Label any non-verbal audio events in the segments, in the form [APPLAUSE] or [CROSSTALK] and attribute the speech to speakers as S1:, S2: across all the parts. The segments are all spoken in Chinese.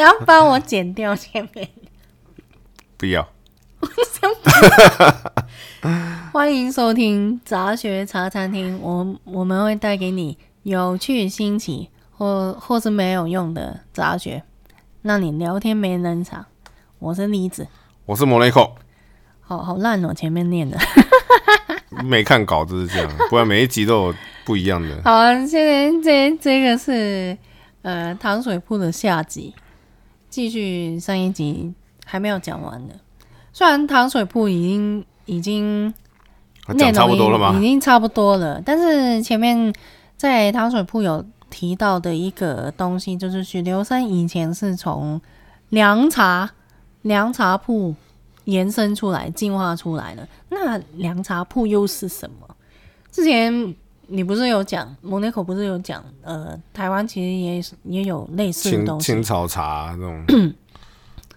S1: 要帮我剪掉前面。
S2: 不要，
S1: 我想欢迎收听杂学茶餐厅，我我们会带给你有趣、新奇或或是没有用的杂学，让你聊天没人场。我是李子，
S2: 我是莫雷克，
S1: 好好烂哦，前面念的。
S2: 没看稿子是这
S1: [LAUGHS]
S2: 样，不然每一集都有不一样的。
S1: 好、啊，现在这这个是呃糖水铺的下集，继续上一集还没有讲完的。虽然糖水铺已经已经内
S2: 讲差
S1: 容
S2: 不
S1: 已
S2: 多了
S1: 已
S2: 吗？
S1: 经差不多了，但是前面在糖水铺有提到的一个东西，就是许留山以前是从凉茶凉茶铺延伸出来、进化出来的。那凉茶铺又是什么？之前你不是有讲，蒙内口不是有讲，呃，台湾其实也是也有类似的
S2: 青
S1: 东西
S2: 青，草茶那种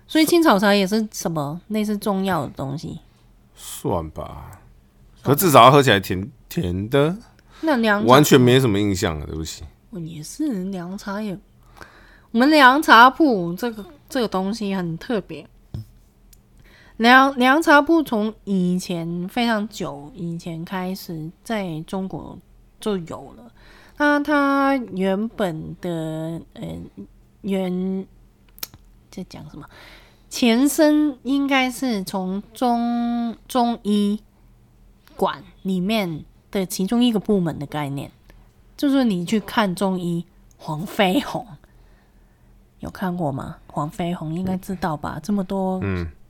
S1: 所以青草茶也是什么类似中药的东西。
S2: 算吧，可至少它喝起来甜甜的，
S1: 那凉茶
S2: 完全没什么印象了，对不起。
S1: 我也哦是凉茶也，我们凉茶铺这个这个东西很特别。凉凉茶铺从以前非常久以前开始在中国就有了。那它原本的呃原在讲什么？前身应该是从中中医馆里面的其中一个部门的概念。就是你去看中医黄飞鸿，有看过吗？黄飞鸿应该知道吧？这么多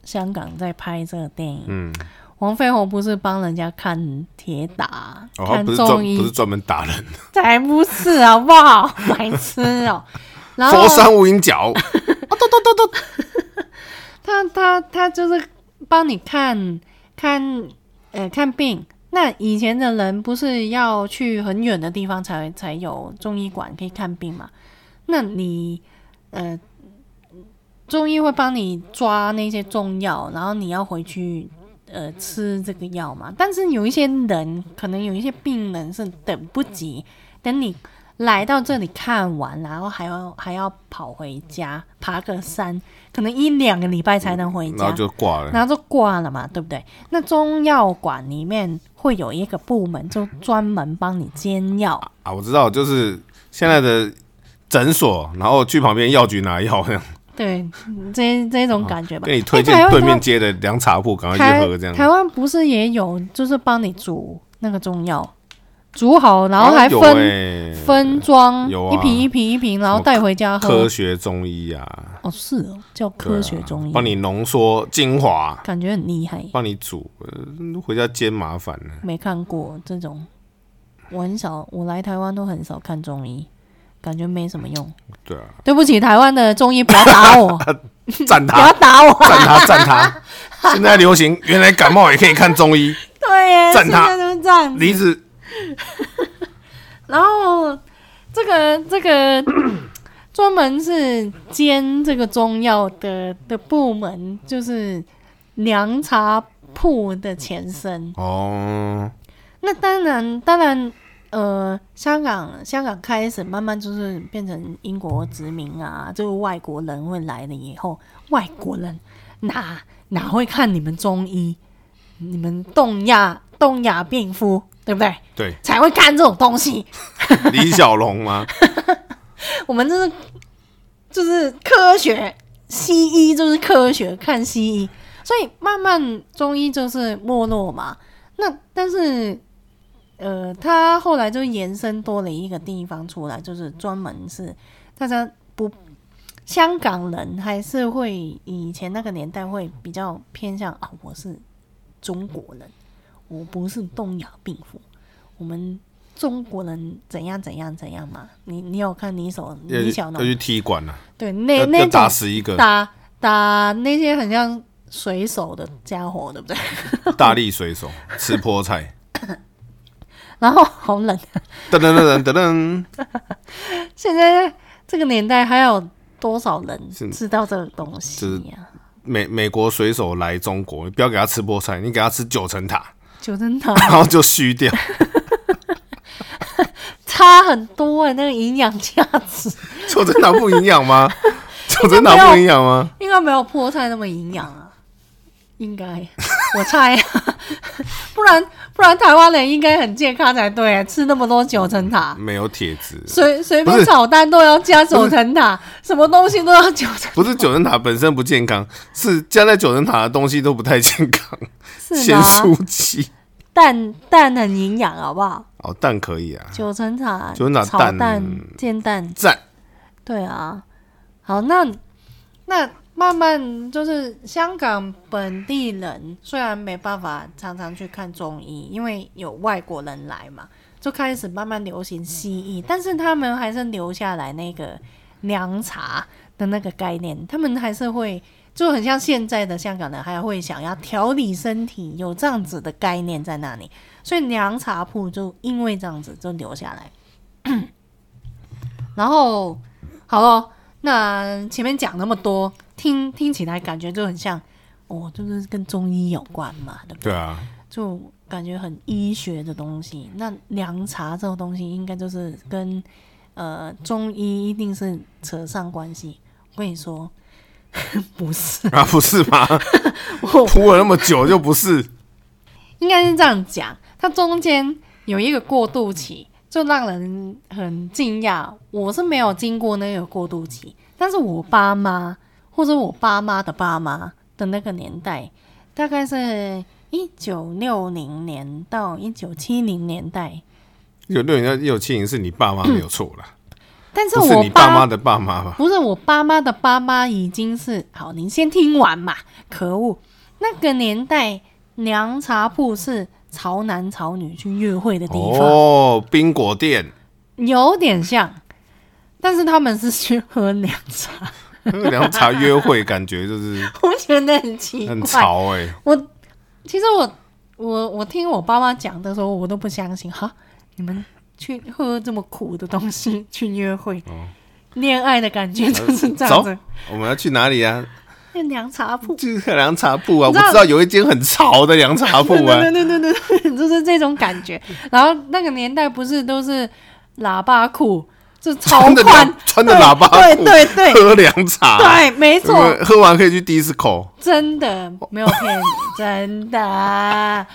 S1: 香港在拍这个电影，
S2: 嗯，
S1: 黄飞鸿不是帮人家看铁打、
S2: 哦，它
S1: 看
S2: 不是专
S1: 中
S2: 不是
S1: 医，
S2: 专门打人，
S1: 才不是好不好？ [LAUGHS] 白痴哦、然后
S2: 佛山无影
S1: [LAUGHS]
S2: 脚，
S1: 他他他就是帮你看看呃看病。那以前的人不是要去很远的地方才才有中医馆可以看病嘛？那你呃，中医会帮你抓那些中药，然后你要回去呃吃这个药嘛。但是有一些人，可能有一些病人是等不及，等你来到这里看完，然后还要还要跑回家，爬个山，可能一两个礼拜才能回家，
S2: 嗯然后就挂了。
S1: 然后就挂了嘛，对不对？那中药馆里面会有一个部门，就专门帮你煎药。
S2: 啊，我知道，就是现在的诊所，然后去旁边药局拿药，这样
S1: 对，这这种感觉吧。
S2: 给你推
S1: 哎台
S2: 荐
S1: 湾
S2: 对面街的凉茶铺，赶快
S1: 台
S2: 去喝，这样。
S1: 台湾不是也有，就是帮你煮那个中药，煮好然后还分、
S2: 啊有欸
S1: 分呃装，
S2: 有啊
S1: 一瓶一瓶一瓶，然后
S2: 什么
S1: 带回家喝
S2: 科。学中医啊，
S1: 哦，是哦，叫
S2: 对啊啊
S1: 科学中医，
S2: 帮你浓缩
S1: [LAUGHS]
S2: 精华，
S1: 感觉很厉害，
S2: 帮你煮，呃回家煎麻烦了。
S1: 没看过这种。我很少，我来台湾都很少看中医，感觉没什么用。
S2: 对啊，
S1: 对不起，台湾的中医不要打我，
S2: [LAUGHS] 赞
S1: 不 [LAUGHS] 要
S2: 他，
S1: 打我。
S2: 赞他，赞他！现在流行，原来感冒也可以看中医，
S1: 对耶，
S2: 赞他
S1: 现在都这样
S2: 梨子
S1: 然后这个这个专门是煎这个中药的的部门，就是凉茶铺的前身。
S2: 哦，
S1: 那当然，当然，呃，香港香港开始慢慢就是变成英国殖民啊，就是外国人会来了以后，外国人哪哪会看你们中医，你们东亚东亚病夫，对不对？
S2: 对，
S1: [LAUGHS] 才会看这种东西。 [LAUGHS]
S2: 李小龙吗？
S1: 我们这是就是科学，西医就是科学，看西医，所以慢慢中医就是没落嘛。那但是，呃，它后来就延伸多了一个地方出来，就是专门是大家不香港人还是会以前那个年代会比较偏向啊，我是中国人，我不是东亚病夫，我们。中国人怎样怎样怎样嘛？你你有看你手
S2: 要
S1: 你
S2: 去
S1: 小
S2: 要
S1: 脑
S2: 去踢馆了，
S1: 对
S2: 要
S1: 那
S2: 要
S1: 那种
S2: 打死一个
S1: 打打那些很像水手的家伙，对不对？ [LAUGHS]
S2: 大力水手吃菠菜，
S1: 然后好冷，啊
S2: 噔噔噔噔噔
S1: 现在这个年代还有多少人
S2: 是
S1: 知道这个东西啊
S2: 是
S1: 呀、
S2: 美美国水手来中国，你不要给他吃菠菜，你给他吃九层
S1: [LAUGHS]
S2: 塔，
S1: 九层塔
S2: 然后就虚掉。
S1: 差很多哎、那个营养价值。 [LAUGHS]
S2: 九层塔不营养吗？九层塔不营养吗？
S1: 应该没有菠菜那么营养啊，应该我猜啊， [LAUGHS] 不然不然台湾人应该很健康才对，啊吃那么多九层塔，
S2: 没有铁质，
S1: 随随
S2: 不
S1: 便
S2: 是
S1: 炒蛋都要加九层塔，什么东西都要九层，
S2: 不是九层塔本身不健康，是加在九层塔的东西都不太健康，
S1: 是
S2: 咸
S1: 吗？
S2: 酥鸡
S1: 蛋蛋很营养，好不好？
S2: 哦，蛋可以啊，
S1: 九层塔、
S2: 九层塔
S1: 炒
S2: 蛋
S1: 蛋、煎蛋，
S2: 赞。
S1: 对啊。好，那那慢慢就是香港本地人，虽然没办法常常去看中医，因为有外国人来嘛，就开始慢慢流行西医，但是他们还是留下来那个凉茶的那个概念，他们还是会。就很像现在的香港人，还会想要调理身体，有这样子的概念在那里，所以凉茶铺就因为这样子就留下来。 [COUGHS] 然后好了，那前面讲那么多，听听起来感觉就很像，哦，就是跟中医有关嘛，对不对？
S2: 对啊，
S1: 就感觉很医学的东西。那凉茶这种东西，应该就是跟呃中医一定是扯上关系。我跟你说， [LAUGHS] 不是，
S2: 啊不是吗？
S1: 我
S2: 铺了那么久就不是
S1: 应该是这样讲，它中间有一个过渡期，就让人很惊讶。我是没有经过那个过渡期，但是我爸妈或者我爸妈的爸妈的那个年代，大概是一九六零年到一九七零年代。
S2: 有六零到有七零是你爸妈没有错啦，
S1: 但
S2: 不是
S1: 我
S2: 你爸妈的爸妈吧？
S1: 不是我爸妈的爸妈已经是好，您先听完嘛。可恶，那个年代凉茶铺是潮男潮女去约会的地方，
S2: 哦，冰果店
S1: 有点像，但是他们是去喝凉茶，
S2: 喝凉茶约会，感觉就是
S1: 我觉得很奇怪。
S2: 很潮哎、
S1: 我其实我我我听我爸妈讲的时候，我都不相信哈，你们去喝这么苦的东西去约会，恋爱的感觉就是这样
S2: 哦走
S1: 子，
S2: 我们要去哪里啊？
S1: 那凉茶铺。
S2: 去喝凉茶铺啊！我
S1: 你知道
S2: 知道有一间很潮的凉茶铺啊，
S1: 对对对对对对，就是这种感觉。然后那个年代不是都是喇叭裤，就超
S2: 穿着
S1: 宽
S2: 喇，穿着喇叭
S1: 对
S2: 裤
S1: 对对对
S2: 喝凉茶，
S1: 对，没
S2: 有
S1: 错
S2: 没，有，喝完可以去 disco。
S1: 真的没有骗你，真的。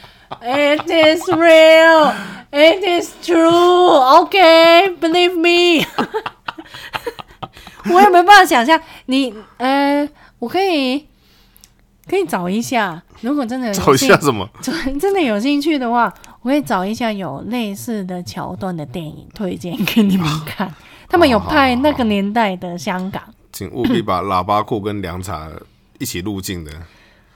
S1: It is real, it is true. OK, believe me. 我也没办法想象你，呃，我可以可以找一下，如果真的有
S2: 找一
S1: 幸
S2: 下什么？
S1: 真 [LAUGHS] 真的有兴趣的话，我会找一下有类似的桥段的电影推荐给你们
S2: [LAUGHS]
S1: 看。他们有拍那个年代的香港，
S2: 请务必把喇叭裤跟凉茶一起入境的，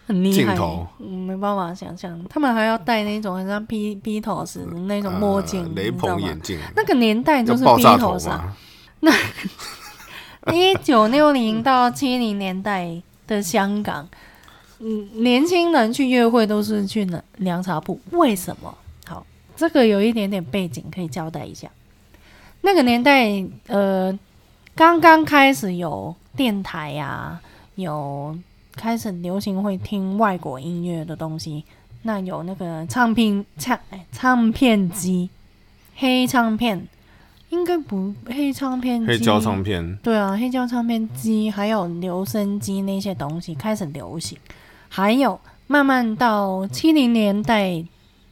S1: 很厉害
S2: 镜头，
S1: 嗯没办法想象。他们还要戴那种很像 B B 头时那种
S2: 呃
S1: 墨镜，你
S2: 雷
S1: 知道
S2: 朋
S1: 吗
S2: 眼镜，
S1: 那个年代
S2: 要
S1: 就是啊
S2: 爆
S1: B
S2: 炸头
S1: 头上，
S2: 嘛？
S1: [LAUGHS] 一九六零到七零年代的香港，嗯，年轻人去约会都是去凉凉茶铺，为什么？好，这个有一点点背景可以交代一下。那个年代，呃，刚刚开始有电台呀、有开始流行会听外国音乐的东西，那有那个唱片唱哎唱片机，黑唱片，应该不黑唱片机，
S2: 黑胶唱片，
S1: 对啊，黑胶唱片机还有留声机那些东西开始流行，还有慢慢到七零年代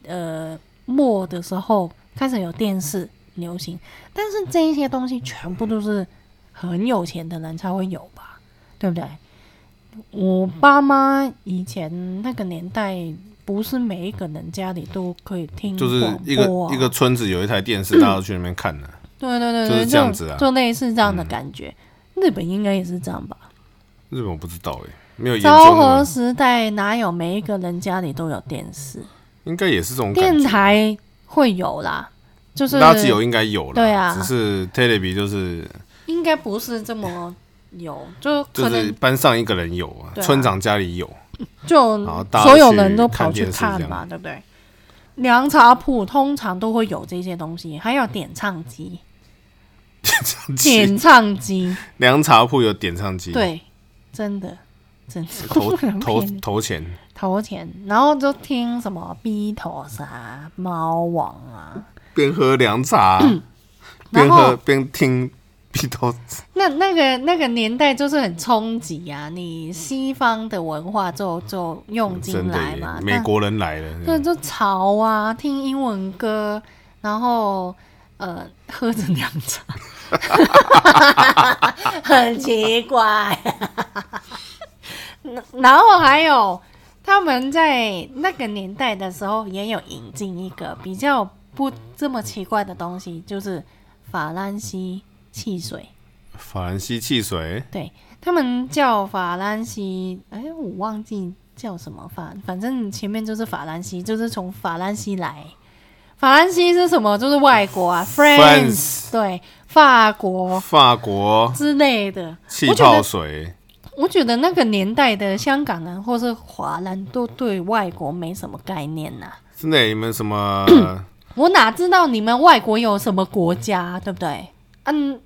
S1: 呃末的时候开始有电视流行，但是这一些东西全部都是很有钱的人才会有吧，对不对？我爸妈以前那个年代，不是每一个人家里都可以听
S2: 就是
S1: 广
S2: 一个
S1: 播啊
S2: 一个村子有一台
S1: [CLEARS THROAT]
S2: 电视，大家都去那边看的。
S1: 对对对
S2: 就
S1: 对，
S2: 是这样子啊
S1: 就类似这样的感觉。日本应该也是这样吧？
S2: 日本我不知道哎，没有严
S1: 昭
S2: 重
S1: 和
S2: 吗，
S1: 时代哪有每一个人家里都有电视？
S2: 应该也是这种感
S1: 电
S2: 觉。
S1: 台会有啦，就是
S2: 垃圾油应该有了，
S1: 对啊
S2: 只是 t e l e v 就是
S1: 应该不是这么有，就
S2: 就
S1: 可
S2: 是
S1: 能
S2: 班上一个人有啊，
S1: 对啊
S2: 村长家里有，
S1: 就
S2: 然后大家
S1: 所有人都跑
S2: 去
S1: 去
S2: 看电视
S1: 看
S2: 这
S1: 嘛，
S2: 样
S1: 对不对？凉茶铺通常都会有这些东西，还有点唱机，点唱机，
S2: 凉茶铺有点唱机，，
S1: 对，真的，真的， [LAUGHS]
S2: 投
S1: 很
S2: 投
S1: 便宜
S2: 投钱，
S1: 投钱，然后就听什么 Beatles 啊、猫王啊，
S2: 边喝凉茶边
S1: 嗯然后
S2: 喝边听鼻头
S1: 那那个那个年代就是很冲击啊！你西方的文化就就用进
S2: 真的
S1: 来
S2: 耶
S1: 嘛，，
S2: 美
S1: 那
S2: 国人来了，
S1: 对，就潮啊，听英文歌，然后呃，喝着凉茶， [LAUGHS] 很奇怪。然后还有他们在那个年代的时候，也有引进一个比较不这么奇怪的东西，就是法兰西汽水。
S2: 法兰西汽水，
S1: 对他们叫法兰西，哎，我忘记叫什么法，反正前面就是法兰西，就是从法兰西来。法兰西是什么？就是外国啊
S2: France
S1: 对，法国
S2: 法国
S1: 之类的。
S2: 气
S1: 我觉
S2: 泡
S1: 得，
S2: 水，
S1: 我觉得那个年代的香港人或是华人都对外国没什么概念呐、
S2: 真的耶，你们什么
S1: 我哪知道你们外国有什么国家，对不对？嗯，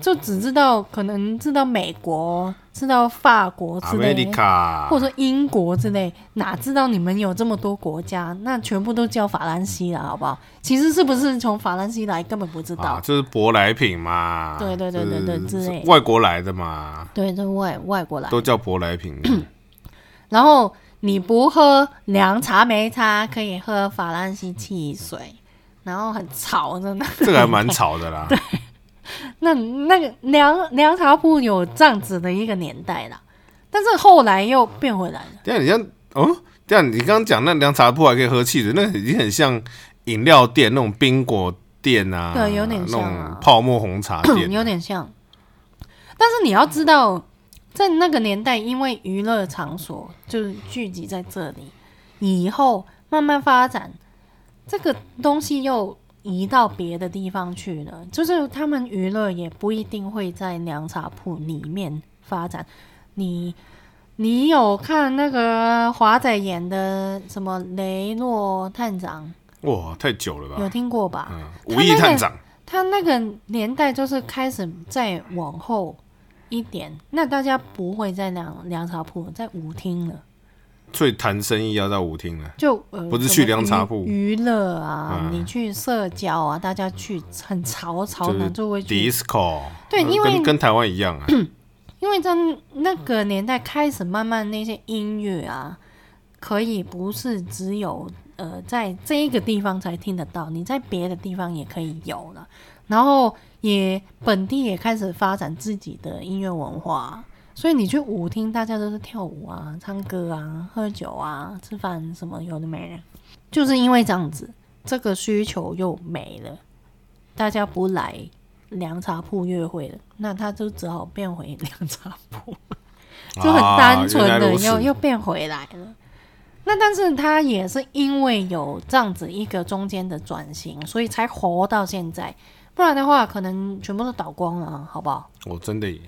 S1: 就只知道可能知道美国，知道法国之类的。
S2: America，
S1: 或者说英国之类，哪知道你们有这么多国家？那全部都叫法兰西了，好不好？其实是不是从法兰西来，根本不知道。
S2: 啊，就是舶来品嘛，
S1: 对对对对对
S2: 就是
S1: 之类
S2: 外国来的嘛，
S1: 对，这外外国来。
S2: 都叫舶来品。
S1: [CLEARS THROAT] 然后你不喝凉茶没茶，可以喝法兰西汽水，然后很潮的那 [LAUGHS]
S2: 这个还蛮吵的啦，
S1: 那那个凉凉茶铺有这样子的一个年代啦，但是后来又变回来了。
S2: 这样你像哦，这样你刚刚讲那凉茶铺还可以喝汽水，那已经很像饮料店那种冰果店啊，
S1: 对有点像啊
S2: 那种泡沫红茶店，
S1: 有点像。但是你要知道，在那个年代，因为娱乐场所就是聚集在这里，以后慢慢发展，这个东西又移到别的地方去了。就是他们娱乐也不一定会在凉茶铺里面发展。你你有看那个华仔演的什么雷诺探长？
S2: 哇，太久了吧？
S1: 有听过吧？
S2: 嗯，
S1: 他
S2: 武义
S1: 那个
S2: 探长，
S1: 他那个年代就是开始再往后一点，那大家不会在凉凉茶铺，在舞厅了，
S2: 所以谈生意要到舞厅了，
S1: 就呃
S2: 不
S1: 什
S2: 是
S1: 么
S2: 去凉茶铺
S1: 娱娱乐啊，
S2: 嗯
S1: 你去社交啊，大家去很潮潮男就会去，
S2: disco，
S1: 对
S2: 呃
S1: 因为嗯
S2: 跟跟台湾一样啊，
S1: 因为在那个年代开始慢慢那些音乐啊，可以不是只有呃在这一个地方才听得到，你在别的地方也可以有了。然后也本地也开始发展自己的音乐文化，所以你去舞厅，大家都是跳舞啊、唱歌啊、喝酒啊、吃饭什么有的没的，就是因为这样子，这个需求又没了，大家不来凉茶铺约会了，那他就只好变回凉茶铺。就很单纯
S2: 啊原来
S1: 的
S2: 如此
S1: 又、又变回来了。那但是他也是因为有这样子一个中间的转型，所以才活到现在。不然的话，可能全部都倒光了啊，好不好？
S2: 我真的耶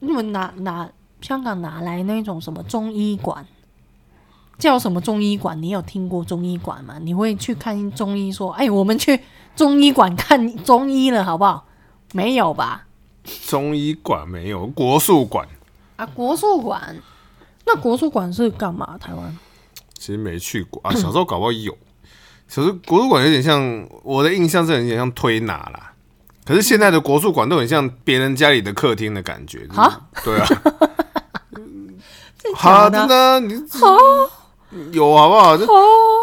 S1: 你们哪哪香港哪来那种什么中医馆？叫什么中医馆？你有听过中医馆吗？你会去看中医说，哎，我们去中医馆看中医了，好不好？没有吧？
S2: 中医馆没有，国术馆
S1: 啊，国术馆，那国术馆是干嘛？台湾？
S2: 其实没去过啊，小时候搞不好有。小时候国术馆有点像，我的印象是有点像推拿啦。可是现在的国术馆都很像别人家里的客厅的感觉。就是
S1: 啊 [LAUGHS]
S2: 对啊，
S1: 真假
S2: 哈真
S1: 的？
S2: 的啊你
S1: 哦
S2: 有好不好？这
S1: 哦，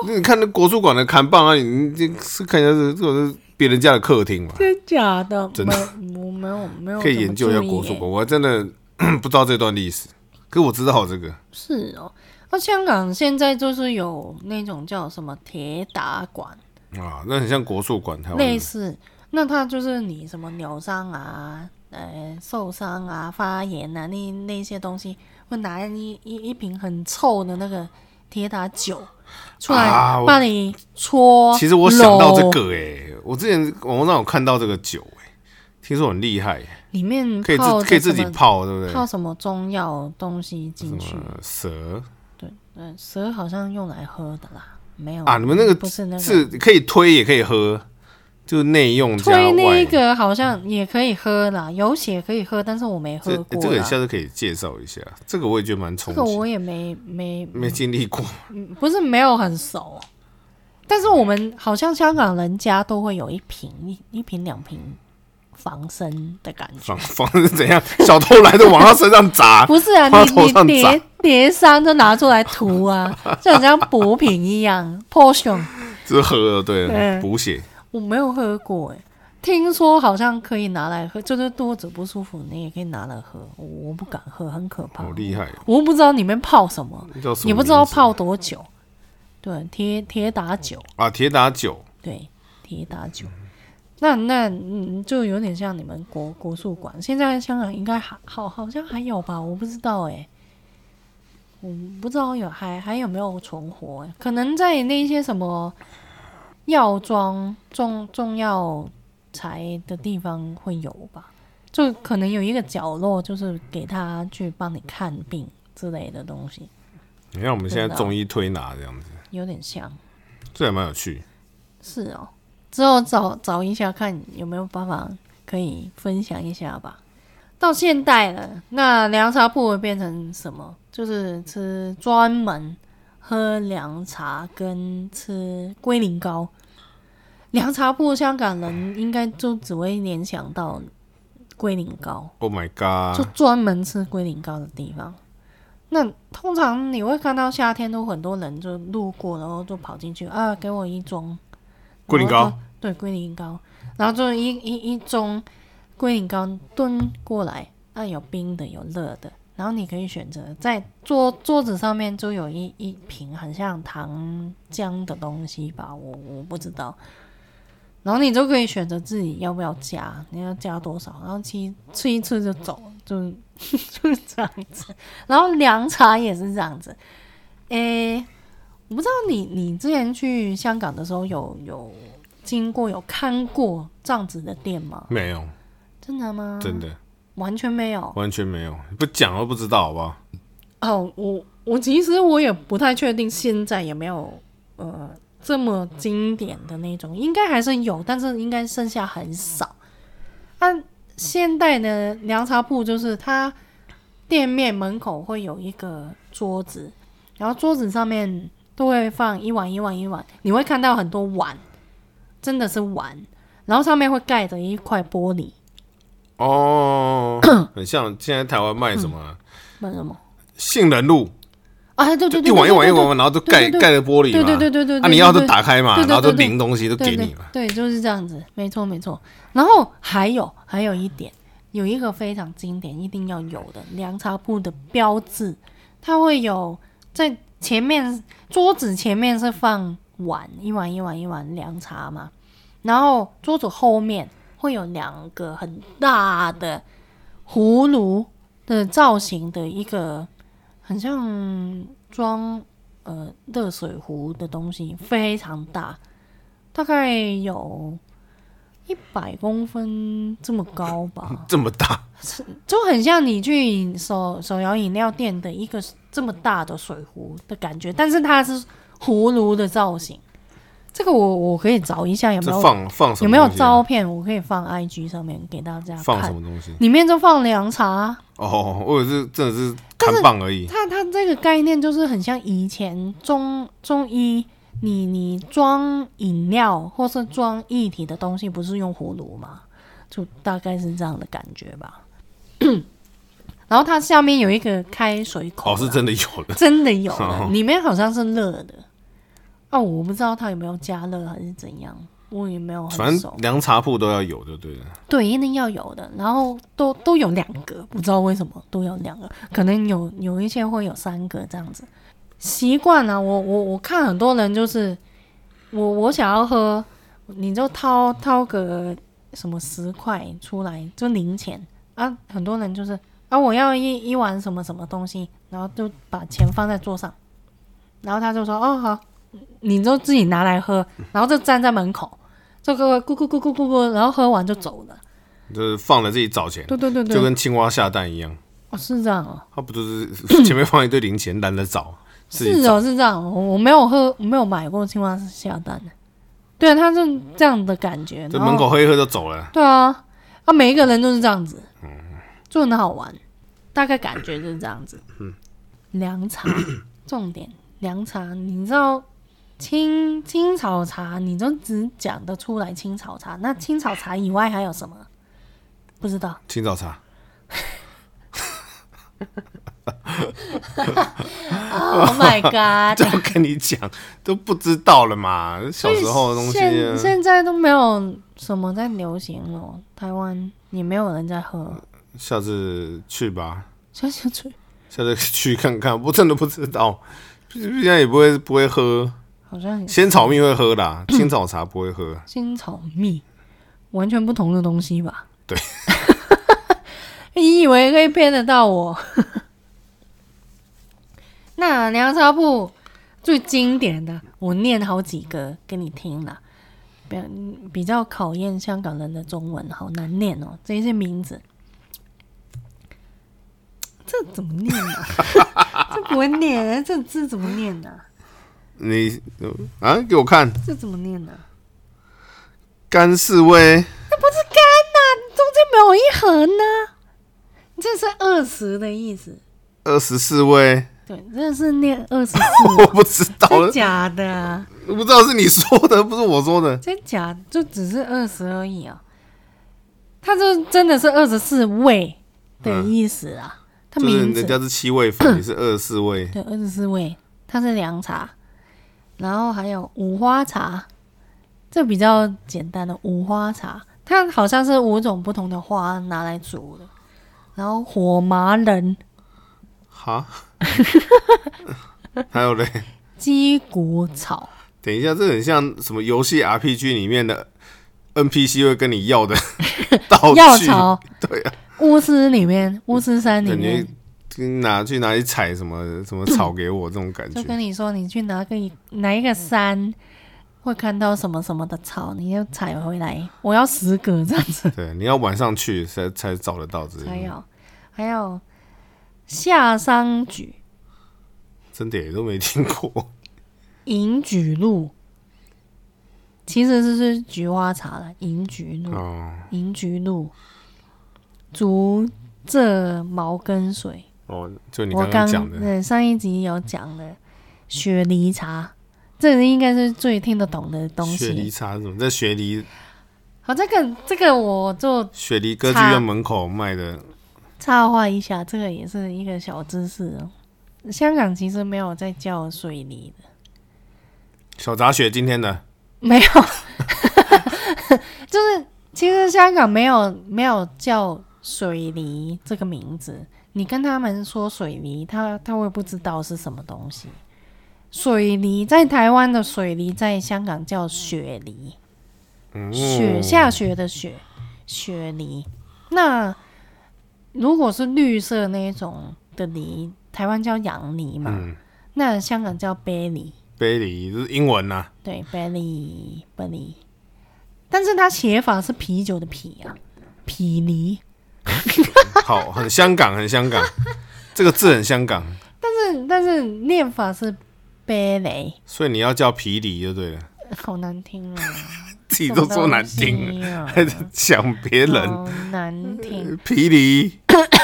S2: 那你看那国术馆的看棒啊，你你这是看一下这这个是别人家的客厅嘛？
S1: 真假的？
S2: 真的
S1: 没，我没有没有
S2: 可以
S1: 哦怎么
S2: 研究一下
S1: 注意
S2: 国术
S1: 耶
S2: 馆，我真的 [CLEARS THROAT] 不知道这段历史，可我知道这个
S1: 是哦，那香港现在就是有那种叫什么铁打馆，
S2: 啊，那很像国术馆，台湾
S1: 类
S2: 的
S1: 似，那它就是你什么扭伤啊、呃受伤啊、发炎啊那那些东西，会拿一一一瓶很臭的那个铁打酒出来
S2: 啊我
S1: 帮你搓揉、
S2: 其实我想到这个哎、我之前网络上有看到这个酒哎、听说很厉害欸、
S1: 里面
S2: 可以
S1: 泡
S2: 自
S1: 着
S2: 可以自己
S1: 什么
S2: 泡，对不对？
S1: 泡什么中药东西进去。
S2: 呃，蛇
S1: 对，嗯，蛇好像用来喝的啦，没有
S2: 啊，你们那个
S1: 不是那个
S2: 是可以推也可以喝，就是内用加
S1: 推那
S2: 外。
S1: 个好像也可以喝啦，有血可以喝，但是我没喝
S2: 这
S1: 过啦。
S2: 这个下次可以介绍一下，这个我也觉得蛮
S1: 这
S2: 冲
S1: 个
S2: 击，
S1: 我也没没
S2: 没经历过。 [LAUGHS]
S1: 不是没有很熟，但是我们好像香港人家都会有一瓶一一瓶两瓶防身的感觉。
S2: 防防是怎样？小偷来就往他身
S1: [LAUGHS]
S2: 上砸，
S1: 不是啊，
S2: 往
S1: 你
S2: 他头
S1: 你
S2: 上砸
S1: 叠，叠伤就拿出来涂啊，就很像补品一
S2: [LAUGHS]
S1: 样。potion
S2: 就是喝了，对了，
S1: 嗯
S2: 补血。
S1: 我没有喝过哎、听说好像可以拿来喝，就是肚子不舒服你也可以拿来喝，我我不敢喝，很可怕
S2: 好。厉害哦！
S1: 我又不知道里面泡什么，
S2: 那叫什么
S1: 也不知道
S2: 名字
S1: 泡多久。对，铁铁打酒，
S2: 啊，铁打酒
S1: 对，铁打酒。那那嗯，就有点像你们国国术馆，现在香港应该还好，好像还有吧，我不知道哎、我不知道有还还有没有存活、欸，可能在那些什么药妆中中药材的地方会有吧，就可能有一个角落，就是给他去帮你看病之类的东西，
S2: 你看我们现在
S1: 真的哦
S2: 中医推拿这样子，
S1: 有点像。
S2: 这还蛮有趣。
S1: 是哦，之后找找一下看有没有办法可以分享一下吧。到现代了，那凉茶铺会变成什么？就是吃专门喝凉茶跟吃龟苓膏。凉茶铺香港人应该就只会联想到龟苓膏。
S2: Oh my
S1: 就
S2: god！
S1: 专门吃龟苓膏的地方。那通常你会看到夏天都很多人就路过，然后就跑进去啊，给我一盅
S2: 龟苓膏，
S1: 然后就对龟苓膏，然后就一一一盅龟苓膏炖过来，啊有冰的有热的，然后你可以选择在桌桌子上面就有一一瓶很像糖浆的东西吧，我我不知道。然后你就可以选择自己要不要加，你要加多少，然后吃吃一次就走，就 [LAUGHS] 就是这样子。然后凉茶也是这样子，诶、我不知道你你之前去香港的时候有有经过有看过这样子的店吗？
S2: 没有，
S1: 嗯真的吗？
S2: 真的
S1: 完全没有。
S2: 完全没有，不讲都不知道，好不好？
S1: 哦，我我其实我也不太确定，现在有没有呃这么经典的那种，应该还是有，但是应该剩下很少。按现代的凉茶铺，就是它店面门口会有一个桌子，然后桌子上面都会放一碗一碗一碗，你会看到很多碗，真的是碗，然后上面会盖着一块玻璃，
S2: 哦，很像现在台湾卖什么
S1: 嗯那什么杏
S2: 杏仁露，
S1: 啊，对对对，
S2: 一碗一碗一碗一
S1: 对
S2: 碗，然后就
S1: 对
S2: 盖
S1: 对对
S2: 盖着玻璃嘛，
S1: 对对对对对，
S2: 啊，
S1: 对
S2: 你要
S1: 对
S2: 就打开嘛，
S1: 对对对
S2: 然后就
S1: 对
S2: 淋东西就
S1: 对
S2: 给
S1: 对
S2: 你嘛，，
S1: 对，就是这样子，没错没错。然后还有还有一点，有一个非常经典一定要有的凉茶铺的标志，它会有在前面桌子前面是放碗一碗一碗一碗凉茶嘛，然后桌子后面会有两个很大的葫芦的造型的一个，很像装呃热水壶的东西，非常大。大概有一百公分这么高吧 [LAUGHS]
S2: 这么大，
S1: 就很像你去手手摇饮料店的一个这么大的水壶的感觉，但是它是葫芦的造型。这个我我可以找一下有没
S2: 这
S1: 有
S2: 放放什
S1: 有
S2: 么？啊
S1: 没有照？片，我可以放 IG 上面给大家
S2: 放什
S1: 看。
S2: 么东西？
S1: 里面就放凉茶，
S2: 哦，我以为是真的是看棒而已，
S1: 它它这个概念就是很像以前中中医，你你装饮料或是装液体的东西，不是用葫芦吗？就大概是这样的感觉吧。 [COUGHS] 然后它下面有一个开水口啊
S2: 哦，
S1: 啦，
S2: 是真的有的，
S1: 真的有
S2: 哦
S1: 的，里面好像是热的。啊，我不知道它有没有加热还是怎样，我也没有
S2: 反
S1: 哦很熟
S2: 正。凉茶铺都要有，就对了。
S1: 对，一定要有的。然后都都有两个，不知道为什么都有两个，可能有有一些会有三个这样子。习惯了、我我我看很多人就是，我我想要喝，你就掏掏个什么十块出来，就零钱啊。很多人就是啊，我要一一碗什么什么东西，然后就把钱放在桌上，然后他就说哦好，你就自己拿来喝，然后就站在门口。就各位咕咕咕咕咕咕，然后喝完就走了。
S2: 就是放了自己找钱，
S1: 对对对
S2: 就
S1: 对，
S2: 跟青蛙下蛋一样，
S1: 哦是这样哦，
S2: 它不就是
S1: [LAUGHS]
S2: 前面放一堆零钱，懒得找，自己
S1: 是
S2: 找。
S1: 哦是这样哦，我我没有喝，我没有买过青蛙下蛋的。对啊，它是这样的感觉。
S2: 就
S1: 然后
S2: 门口喝一喝就走了，
S1: 对啊，啊，每一个人都是这样子，
S2: 嗯
S1: 就很好玩，大概感觉就是这样子。
S2: 嗯
S1: 凉
S2: [COUGHS]
S1: 茶，重点凉茶，你知道青青草茶，你就只讲得出来青草茶，那青草茶以外还有什么？不知
S2: [LAUGHS]
S1: 道，
S2: 清早
S1: 啊
S2: 茶。
S1: Oh my god！
S2: 这我跟你讲，都不知道了嘛，小时候的东西
S1: 现
S2: 啊。
S1: 现在都没有什么在流行了，台湾也没有人在喝，
S2: 嗯下次去吧，
S1: 下下去
S2: 下次去看看。我真的不知道，现在也不会不会喝，
S1: 好像也
S2: 仙草蜜会喝啦，青草茶不会喝。
S1: 新草蜜，完全不同的东西吧？
S2: 对，
S1: [LAUGHS] 你以为可以骗得到我？ [LAUGHS] 那梁朝布最经典的，我念好几个给你听啦。比比较考验香港人的中文，好难念哦，这些名字。这怎么念呢、啊？ [LAUGHS] 这不会念，这字怎么念呢、啊？
S2: 你啊，给我看
S1: 这怎么念啊呢、
S2: 干四威，
S1: 不是干呐、中间没有一横呢、你这是二十的意思。
S2: 二十四位，
S1: 对，这是念二
S2: [LAUGHS]
S1: 十四，
S2: 我不知道，
S1: 真假的啊？
S2: 我不知道是你说的，不是我说的。
S1: 真假的就只是二十而已啊。他这真的是二十四位的意思啊，他
S2: 就是
S1: 名字
S2: 人家是七位粉，你是二十四位，
S1: 对二十四味，它是凉茶，然后还有五花茶，这比较简单的五花茶，它好像是五种不同的花拿来煮的，然后火麻仁、 [LAUGHS]
S2: 哈，还有嘞，
S1: 鸡骨草，
S2: 等一下，这很像什么游戏 RPG 里面的 NPC 会跟你要
S1: [LAUGHS]
S2: 的道具，
S1: 药草，
S2: 对啊，
S1: 巫师里面，巫师山里
S2: 感觉
S1: 面
S2: 拿去哪里采什么什么草给我这种感
S1: 就
S2: 觉，
S1: 跟你说，你去哪个哪一个山会看到什么什么的草，你要采回来，我要十个这样子。
S2: 对，你要晚上去才才找得到之
S1: 还
S2: 类的，
S1: 有还有夏桑菊、
S2: 真的也都没听过，
S1: 银菊露，其实这是菊花茶了。银菊露、
S2: 哦
S1: 银菊露、竹蔗茅根水，
S2: 哦，就你
S1: 我
S2: 刚
S1: 刚
S2: 刚讲的，
S1: 对上一集有讲的雪梨茶，这个应该是最听得懂的东
S2: 雪梨
S1: 西。
S2: 茶是什么，在雪梨
S1: 好，这个这个我就
S2: 雪梨歌剧
S1: 茶
S2: 院门口卖的，
S1: 插话一下，这个也是一个小知识哦。香港其实没有在叫水梨的，
S2: 小杂雪今天的
S1: 没有，就是其实香港没有没有叫水梨这个名字。你跟他们说水梨，他他会不知道是什么东西。水梨在台湾的水梨，在香港叫雪梨。
S2: 嗯
S1: 雪下雪的雪，雪梨。那如果是绿色那一种的梨，台湾叫洋梨嘛，
S2: 嗯，
S1: 那香港叫 b e r r y
S2: 贝里就是英文呐、
S1: 对 b e r r y b e r r y 但是它写法是啤酒的啤啊，啤梨。
S2: 好，很香港，很香港，这个字很香港，
S1: 但是但是念法是 b e r r y
S2: 所以你要叫皮里就对了，
S1: 好难听啊，
S2: [LAUGHS] 自己都说难听啊哦了，
S1: 了
S2: [LAUGHS] 还在讲别人
S1: 啊好难听。
S2: 皮里。 [LAUGHS]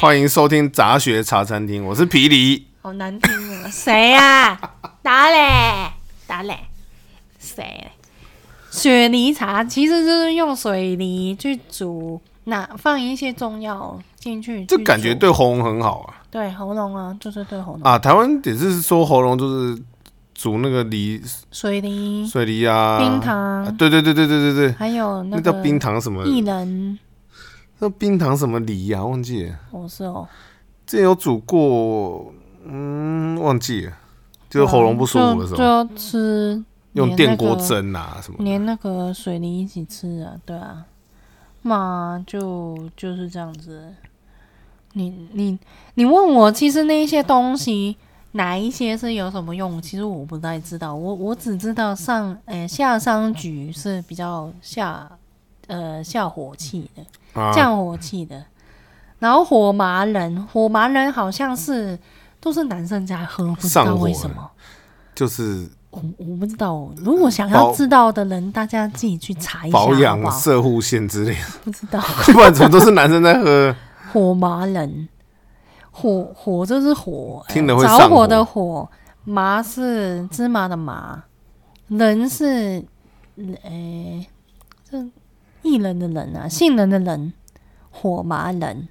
S2: 欢迎收听杂学茶餐厅，我是皮里，
S1: 好难听啊！ [LAUGHS] 谁呀、打嘞，打嘞，谁？雪梨茶其实就是用水泥去煮，那放一些中药进去，
S2: 这
S1: 去
S2: 感觉
S1: 煮
S2: 对喉咙很好啊
S1: 对喉咙啊，就是对喉咙、
S2: 啊！台湾也是说喉咙就是煮那个梨
S1: 水梨、
S2: 水梨啊，
S1: 冰糖，
S2: 啊，对对对对对对对，
S1: 还有
S2: 那
S1: 个
S2: 叫冰糖什么？
S1: 薏仁，
S2: 那冰糖什么梨呀、忘记了。
S1: 我、是哦，
S2: 之前有煮过，嗯，忘记了，就是喉咙不舒服的时
S1: 就就
S2: 候，
S1: 要吃
S2: 用
S1: 连
S2: 电
S1: 那
S2: 锅
S1: 个
S2: 蒸啊什么的。
S1: 连那个水泥一起吃啊，对啊，嘛就就是这样子。你你你问我，其实那一些东西哪一些是有什么用？其实我不太知道，我我只知道上呃夏商菊是比较下呃下火气的，
S2: 啊，
S1: 降火气的。然后火麻仁，火麻仁好像是都是男生在喝，不知道
S2: 上火
S1: 为
S2: 了
S1: 什么。
S2: 就是
S1: 我我不知道，如果想要
S2: 保
S1: 知道的人，大家自己去查一下
S2: 保
S1: 好
S2: 养
S1: 不好？
S2: 射护线之类的， [LAUGHS]
S1: 不知道
S2: 不然怎么都是男生
S1: [LAUGHS]
S2: 在喝？
S1: 火麻仁，火火就是火，呃
S2: 听得会上火
S1: 着火的火，麻是哎芝麻的麻，仁是，呃、这薏仁的仁啊，杏仁的仁，火麻仁。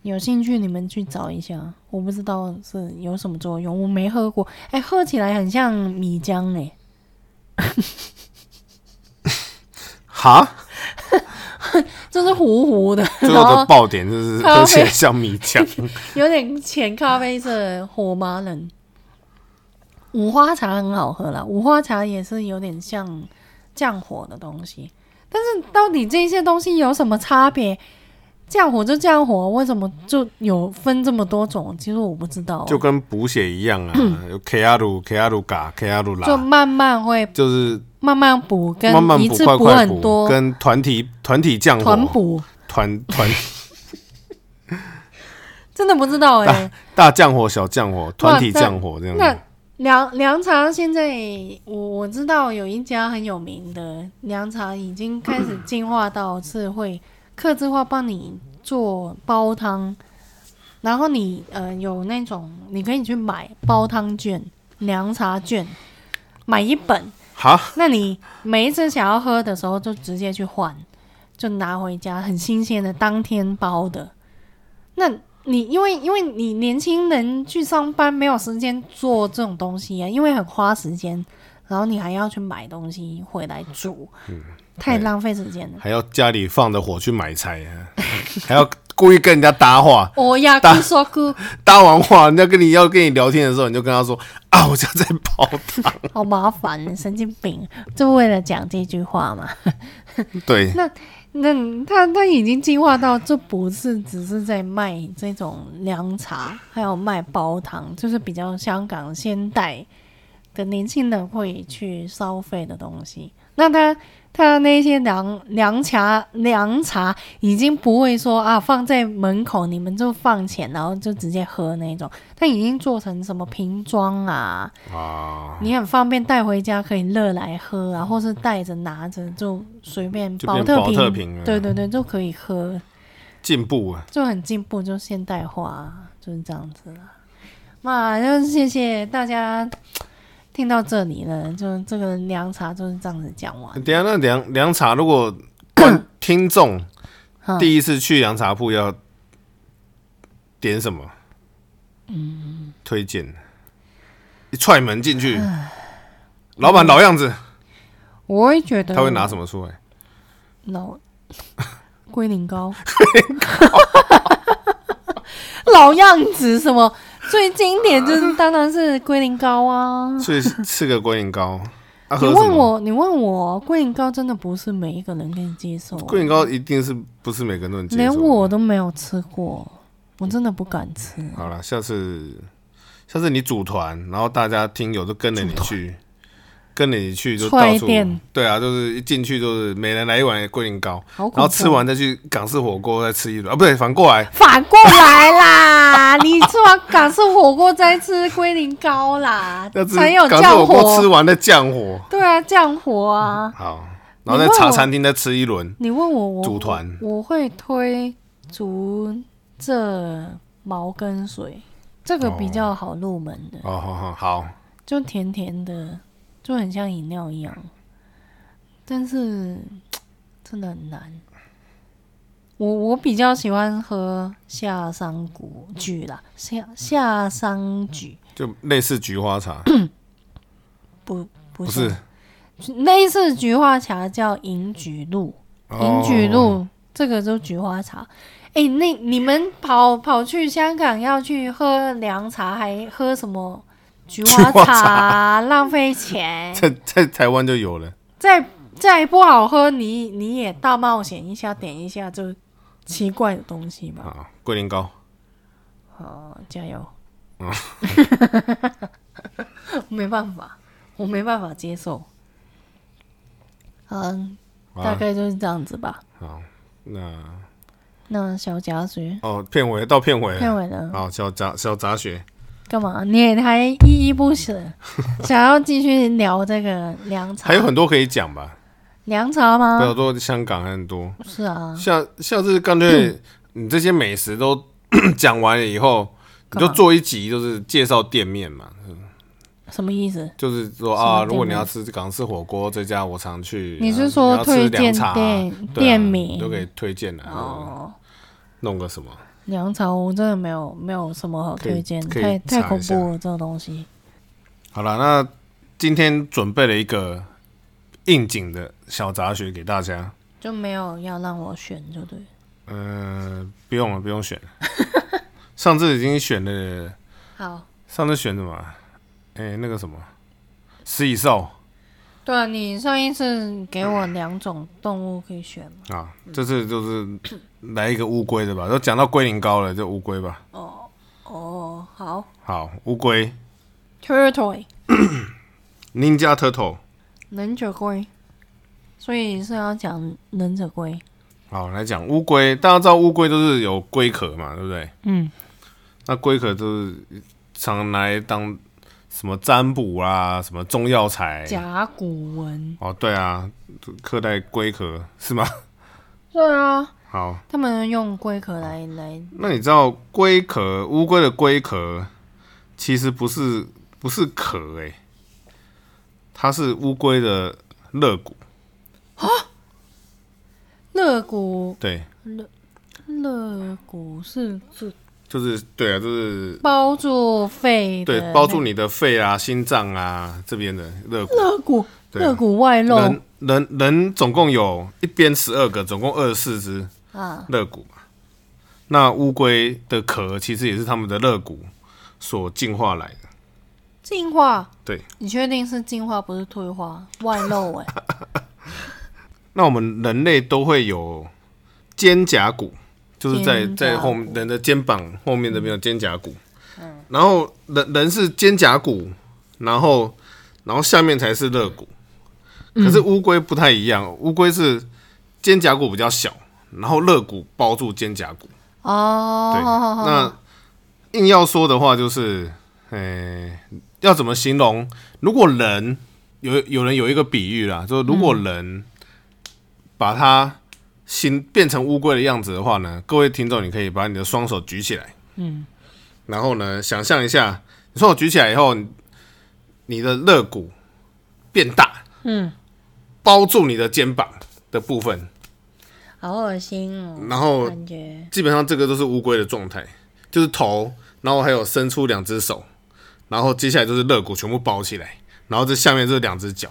S1: 有兴趣你们去找一下，我不知道是有什么作用，我没喝过。哎、喝起来很像米浆哎、
S2: 哈，
S1: 就是糊糊的，
S2: 最
S1: 然
S2: 后的
S1: 后
S2: 爆点就是
S1: 咖啡
S2: 喝起来像米浆，
S1: 有点浅咖啡色火麻仁。五花茶很好喝啦，五花茶也是有点像降火的东西，但是到底这些东西有什么差别？降火就降火，为什么就有分这么多种？其实我不知 [LAUGHS] 道哦、
S2: 就跟补血一样啊，
S1: [CLEARS THROAT]
S2: 有 K R 鲁 K R 鲁嘎 K R 鲁
S1: 就
S2: 拉，
S1: 慢慢会
S2: 就是
S1: 慢慢补，跟
S2: 慢慢
S1: 一
S2: 补
S1: 次
S2: 快
S1: 补
S2: 快
S1: 很
S2: 补，
S1: 多，
S2: 跟团体团体降
S1: 团
S2: 火
S1: 补 [LAUGHS]
S2: 团团
S1: 真的不知道哎、
S2: [LAUGHS] 大大降火小降火团体
S1: 那
S2: 降火这样
S1: 那
S2: 子，
S1: 凉凉茶现在我我知道有一家很有名的凉茶，已经开始进化到是会客制化帮你做煲汤，然后你呃有那种你可以去买煲汤券、凉茶券，买一本，
S2: 哈，
S1: 那你每一次想要喝的时候就直接去换，就拿回家，很新鲜的，当天煲的。那你因为因为你年轻人去上班没有时间做这种东西啊，因为很花时间，然后你还要去买东西回来煮，太
S2: 对
S1: 浪费时间了。
S2: 还要家里放着火去买菜啊， [LAUGHS] 还要故意跟人家搭话，
S1: 我呀，
S2: 打
S1: 姑说姑，
S2: 搭完话，人家跟你要跟你聊天的时候，你就跟他说啊，我家在煲汤。
S1: 好麻烦，神经病，就为了讲这句话嘛。
S2: 对，
S1: 那他他已经进化到，这不是只是在卖这种凉茶，还有卖煲汤，就是比较香港现代的年轻人会去消费的东西。那他他那些凉凉茶凉茶已经不会说啊放在门口你们就放钱，然后就直接喝那种，他已经做成什么瓶装啊，
S2: 啊，
S1: 你很方便带回家，可以热来喝啊，或是带着拿着就随便
S2: 就
S1: 保
S2: 变
S1: 特
S2: 保
S1: 瓶，
S2: 特瓶了
S1: 对对对，就可以喝，
S2: 进步啊，
S1: 就很进步，就现代化啊，就是这样子啦。那就谢谢大家听到这里了，就这个凉茶就是这样子讲完。
S2: 等一下那凉凉茶，如果观听众
S1: 嗯
S2: 第一次去凉茶铺要点什么？嗯，推荐一踹门进去，老板老样子，
S1: 我会觉得
S2: 他会拿什么出来？
S1: 老龟苓膏， [LAUGHS] 老样子什么最经典就是当然是龟苓膏啊。
S2: 所以吃个龟苓膏，
S1: 你
S2: 啊，喝什
S1: 问
S2: 么？
S1: 我，你问我，龟苓膏真的不是每一个人可以接受，
S2: 龟苓膏一定是不是每个人都能接受？
S1: 连我都没有吃过，我真的不敢吃。
S2: 好了，下次下次你组团，然后大家听友都跟着你去，跟着你去就到
S1: 踹
S2: 处
S1: 店
S2: 对啊，就是一进去就是每人来一碗龟苓膏，
S1: 好恐怖
S2: 然后吃完再去港式火锅再吃一轮啊，不对，反过来
S1: 反过来啦，你吃完港式火锅再吃龟苓膏
S2: [LAUGHS]
S1: 啦
S2: 要，吃
S1: 才有
S2: 港式火
S1: 降
S2: 锅吃嗯
S1: 火。
S2: 完再降火，
S1: 对啊，降火啊！
S2: 好，然后
S1: 你
S2: 再
S1: 问
S2: 茶
S1: 我
S2: 餐厅再吃一轮，
S1: 你问我，我
S2: 组团
S1: 我会推竹蔗茅根水，这个比较好入门的。
S2: 哦，好好好，
S1: 就甜甜的，就很像饮料一样，但是真的很难。我我比较喜欢喝夏桑菊菊啦，夏夏桑菊
S2: 就类似菊花茶，
S1: 不不
S2: 不是
S1: 类似菊花茶叫银菊露，银菊
S2: 哦
S1: 露这个就是菊花茶。哎、那你们跑跑去香港要去喝凉茶，还喝什么菊
S2: 菊
S1: 花
S2: 花
S1: 茶啊？
S2: 茶
S1: 浪费钱。
S2: 在在台湾就有了，
S1: 再再不好喝，你你也大冒险一下，点一下就奇怪的东西吧。
S2: 好，龟苓膏，
S1: 哦，加油！
S2: 嗯
S1: [LAUGHS] 没办法，我没办法接受。嗯，
S2: 好
S1: 大
S2: 啊，
S1: 概就是这样子吧。
S2: 好，那
S1: 那小夹学
S2: 哦，片尾到片尾了，
S1: 片尾了，
S2: 好，小杂小杂学，
S1: 干嘛？你也还依依不
S2: [LAUGHS]
S1: 舍，想要继续聊这个凉茶？
S2: 还有很啊多可以讲吧，
S1: 凉茶
S2: 比
S1: 吗
S2: 较？多香港还很多。
S1: 是啊，嗯
S2: 下下次干脆你这些美食都 [COUGHS] 讲完了以后，你
S1: 干
S2: 就
S1: 嘛
S2: 做一集，就是介绍店面嘛，
S1: 什么意思？
S2: 就是说
S1: 什么
S2: 啊，
S1: 店
S2: 如果你
S1: 名
S2: 要吃港式火锅，这家我常去。
S1: 你是
S2: 啊
S1: 说
S2: 要吃
S1: 推
S2: 凉
S1: 荐
S2: 茶啊
S1: 店
S2: 对啊
S1: 店名
S2: 都可以推荐啊？
S1: 哦，
S2: 弄个什么？
S1: 梁朝我真的没有没有什么好推荐，
S2: 可以可
S1: 太
S2: 以
S1: 太
S2: 查
S1: 恐
S2: 一下
S1: 怖了这个东西。
S2: 好了，那今天准备了一个应景的小杂学给大家。
S1: 就没有要让我选，就对了。
S2: 嗯、不用了，不用选了。
S1: [LAUGHS]
S2: 上次已经选了，
S1: 好，
S2: 上次选什么啊？哎、那个什么，食蚁兽
S1: 对啊，你上一次给我两种动物可以选嘛？
S2: 啊，这次就是来一个乌龟的吧。都讲到龟苓膏了，就乌龟吧。
S1: 哦，好
S2: 好，乌龟
S1: ，turtle
S2: ，Ninja Turtle。
S1: 忍者龟，所以是要讲忍者龟。
S2: 好，来讲乌龟。大家知道乌龟都是有龟壳嘛，对不对？
S1: 嗯，
S2: 那龟壳都是常拿来当什么占卜啊，什么中药材。
S1: 甲骨文。
S2: 哦，对啊，刻在龟壳是吗？
S1: 对啊，
S2: 好，
S1: 他们用龟壳来来，
S2: 那你知道龟壳乌龟的龟壳其实不是不是壳诶、它是乌龟的肋骨。
S1: 肋骨
S2: 对，
S1: 肋骨是指
S2: 就是对啊，就是
S1: 包住肺的
S2: 对包住你的肺啊、心脏啊这边的肋骨。
S1: 肋骨，
S2: 对
S1: 肋骨外露
S2: 人人人总共有一边十二个，总共二十四只
S1: 啊。
S2: 肋骨嘛。那乌龟的壳其实也是它们的肋骨所进化来的。
S1: 进化，
S2: 对，
S1: 你确定是进化不是退化？外露 [LAUGHS] 哎、
S2: 那我们人类都会有肩胛骨，就是在
S1: 肩胛骨
S2: 在后面人的肩膀后面这边有肩胛骨。
S1: 嗯
S2: 然后人人是肩胛骨，然后然后下面才是肋骨。
S1: 嗯
S2: 可是乌龟不太一样，乌龟是肩胛骨比较小，然后肋骨包住肩胛骨。
S1: 哦，
S2: 对，
S1: 好好好
S2: 那硬要说的话，就是，呃、要怎么形容？如果人有有人有一个比喻啦，就是如果
S1: 嗯
S2: 人把它形变成乌龟的样子的话呢，各位听众，你可以把你的双手举起来，
S1: 嗯，
S2: 然后呢，想象一下，你双手举起来以后，你你的肋骨变大，
S1: 嗯，
S2: 包住你的肩膀的部分，
S1: 好恶心哦，
S2: 然后
S1: 感觉
S2: 基本上这个都是乌龟的状态，就是头，然后还有伸出两只手，然后接下来就是肋骨全部包起来，然后这下面这两只脚，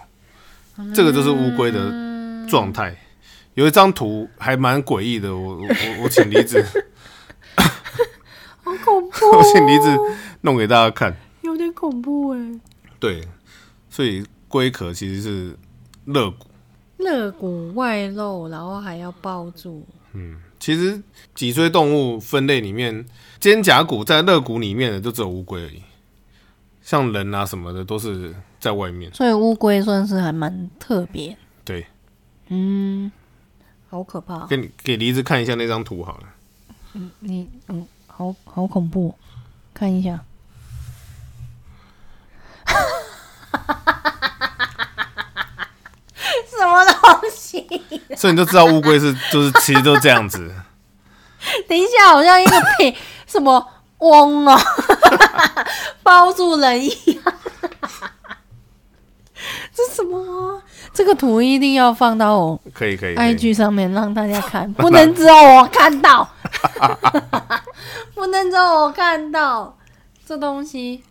S2: 这个就是乌龟的状态。有一张图还蛮诡异的，我我我我请李子， [LAUGHS]
S1: 好恐怖、哦
S2: 我
S1: [LAUGHS]
S2: 请李子弄给大家看。
S1: 有点恐怖哎、
S2: 对，所以龟壳其实是肋骨，
S1: 肋骨外露，然后还要抱住，
S2: 其实脊椎动物分类里面，肩胛骨在肋骨里面的就只有乌龟而已，像人啊什么的都是在外面。
S1: 所以乌龟算是还蛮特别，
S2: 对，
S1: 嗯，好可怕，
S2: 给你给梨子看一下那张图好了。 [LAUGHS]
S1: 你嗯，好好恐怖，看一下， [LAUGHS] 什么东西？
S2: 所以你就知道乌龟是就是其实都这样子，
S1: 等一下，好像一个屁 [LAUGHS] 什么翁哦， [LAUGHS] 包住人一样。 [LAUGHS] 这什么啊、这个图一定要放到我
S2: 可以可以。可以
S1: IG 上面让大家看，不能只有我看到， [LAUGHS] 不能只有我看到这东西。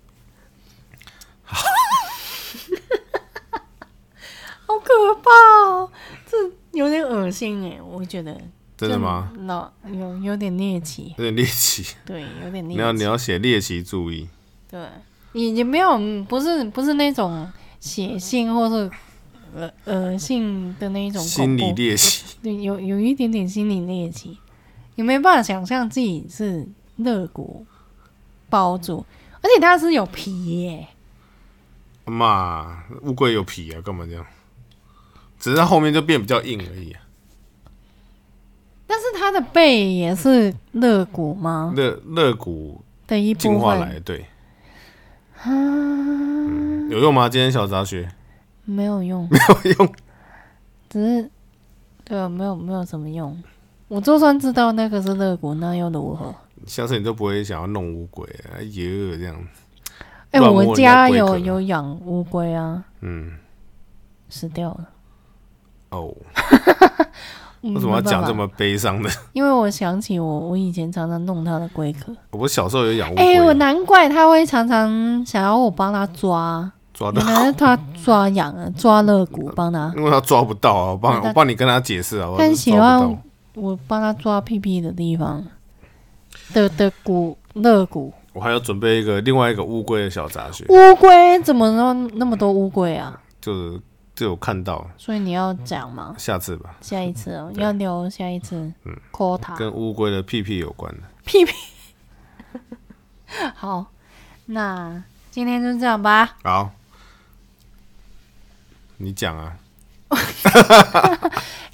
S1: 好可怕哦！这有点恶心哎，我觉得。
S2: 真的吗？
S1: 就？那有有点猎奇，
S2: 有点猎奇，
S1: 对，有点猎
S2: 你
S1: 奇。
S2: 要你要写猎奇注意。
S1: 对，也也没有，嗯不是不是那种写信或是恶恶心的那一种恐
S2: 心理
S1: 怖
S2: 猎奇，
S1: 对，有有一点点心理猎奇，也没办法想象自己是肋骨包住，而且它是有皮耶、
S2: 嘛，乌龟有皮啊，干嘛这样？只是它后面就变比较硬而已、啊。
S1: 但是它的背也是肋骨吗？
S2: 肋肋骨
S1: 的一
S2: 嗯进
S1: 部
S2: 化来，
S1: 分
S2: 对，
S1: 啊，
S2: 有用吗？今天小杂学 [LAUGHS]
S1: 没有用，
S2: 有用。
S1: 只是对啊，没有没有什么用。我就算知道那个是肋骨，那又如何？
S2: 啊下次你就不会想要弄乌龟了，哎呦这样。
S1: 哎、
S2: 乱
S1: 我
S2: 摸人
S1: 们
S2: 家
S1: 家
S2: 龟壳
S1: 有有养乌龟啊，
S2: 嗯，
S1: 死掉了。
S2: 哦，
S1: 嗯
S2: 为什么要讲这？
S1: 没办
S2: 么悲伤的？ [LAUGHS]
S1: 法因为我想起我我以前常常弄它的龟壳。
S2: 我小时候有养乌
S1: 哎、
S2: 龟
S1: 我
S2: 啊，
S1: 难怪它会常常想要我帮它
S2: [LAUGHS]
S1: 抓，
S2: 抓到
S1: 原，来是它抓痒啊，抓肋骨帮它。
S2: [LAUGHS] 因为它抓不到啊，我帮
S1: 那
S2: 我帮你跟他解释啊，我
S1: 但
S2: 是
S1: 喜
S2: 抓不
S1: 欢
S2: 到。
S1: 我帮它抓屁屁的地方的的骨肋骨。
S2: 我还要准备一个另外一个乌龟的小杂学，
S1: 乌龟怎么那么那么多乌龟啊？
S2: 就是就有看到，
S1: 所以你要讲吗？
S2: 下次吧，
S1: 下一次哦，要留下一次。嗯，quota
S2: 嗯跟乌龟的屁屁有关的。
S1: 屁 [LAUGHS] 屁。好，那今天就这样吧。
S2: 好，你讲啊，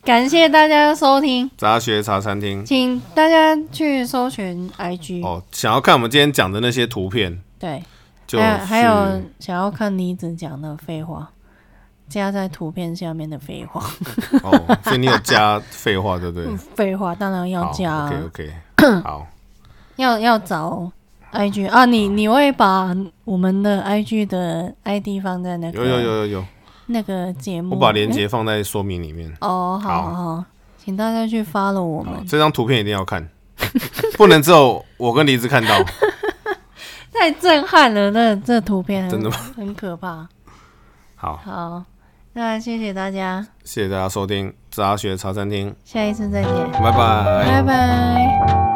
S1: 感谢大家的收听，
S2: 杂学茶餐厅
S1: 请大家去搜寻 IG，、
S2: 哦，想要看我们今天讲的那些图片，
S1: 对，
S2: 就
S1: 还呃有还有
S2: 去
S1: 想要看李子讲的废话，加在图片下面的废话， [LAUGHS]
S2: 哦，所以你有加废话对不对？
S1: 废话当然嗯要加啊、
S2: OK
S1: [COUGHS]
S2: OK，好，
S1: 要要找 IG 啊，你你会把我们的 IG 的 ID 放在那个
S2: 有有有有有，
S1: 那个节目，
S2: 我把链接放在说明里面。
S1: 诶哦，
S2: 哦
S1: 好好好，请大家去 follow 我们，
S2: 这张图片一定要看， [LAUGHS] 不能只有我跟梨子看到，
S1: 太震撼了，那这图片很
S2: 真的吗？
S1: 很可怕。
S2: 好，
S1: 好，那谢谢大家，
S2: 谢谢大家收听杂学茶餐厅，
S1: 下一次再见，
S2: 拜
S1: 拜
S2: 拜
S1: 拜。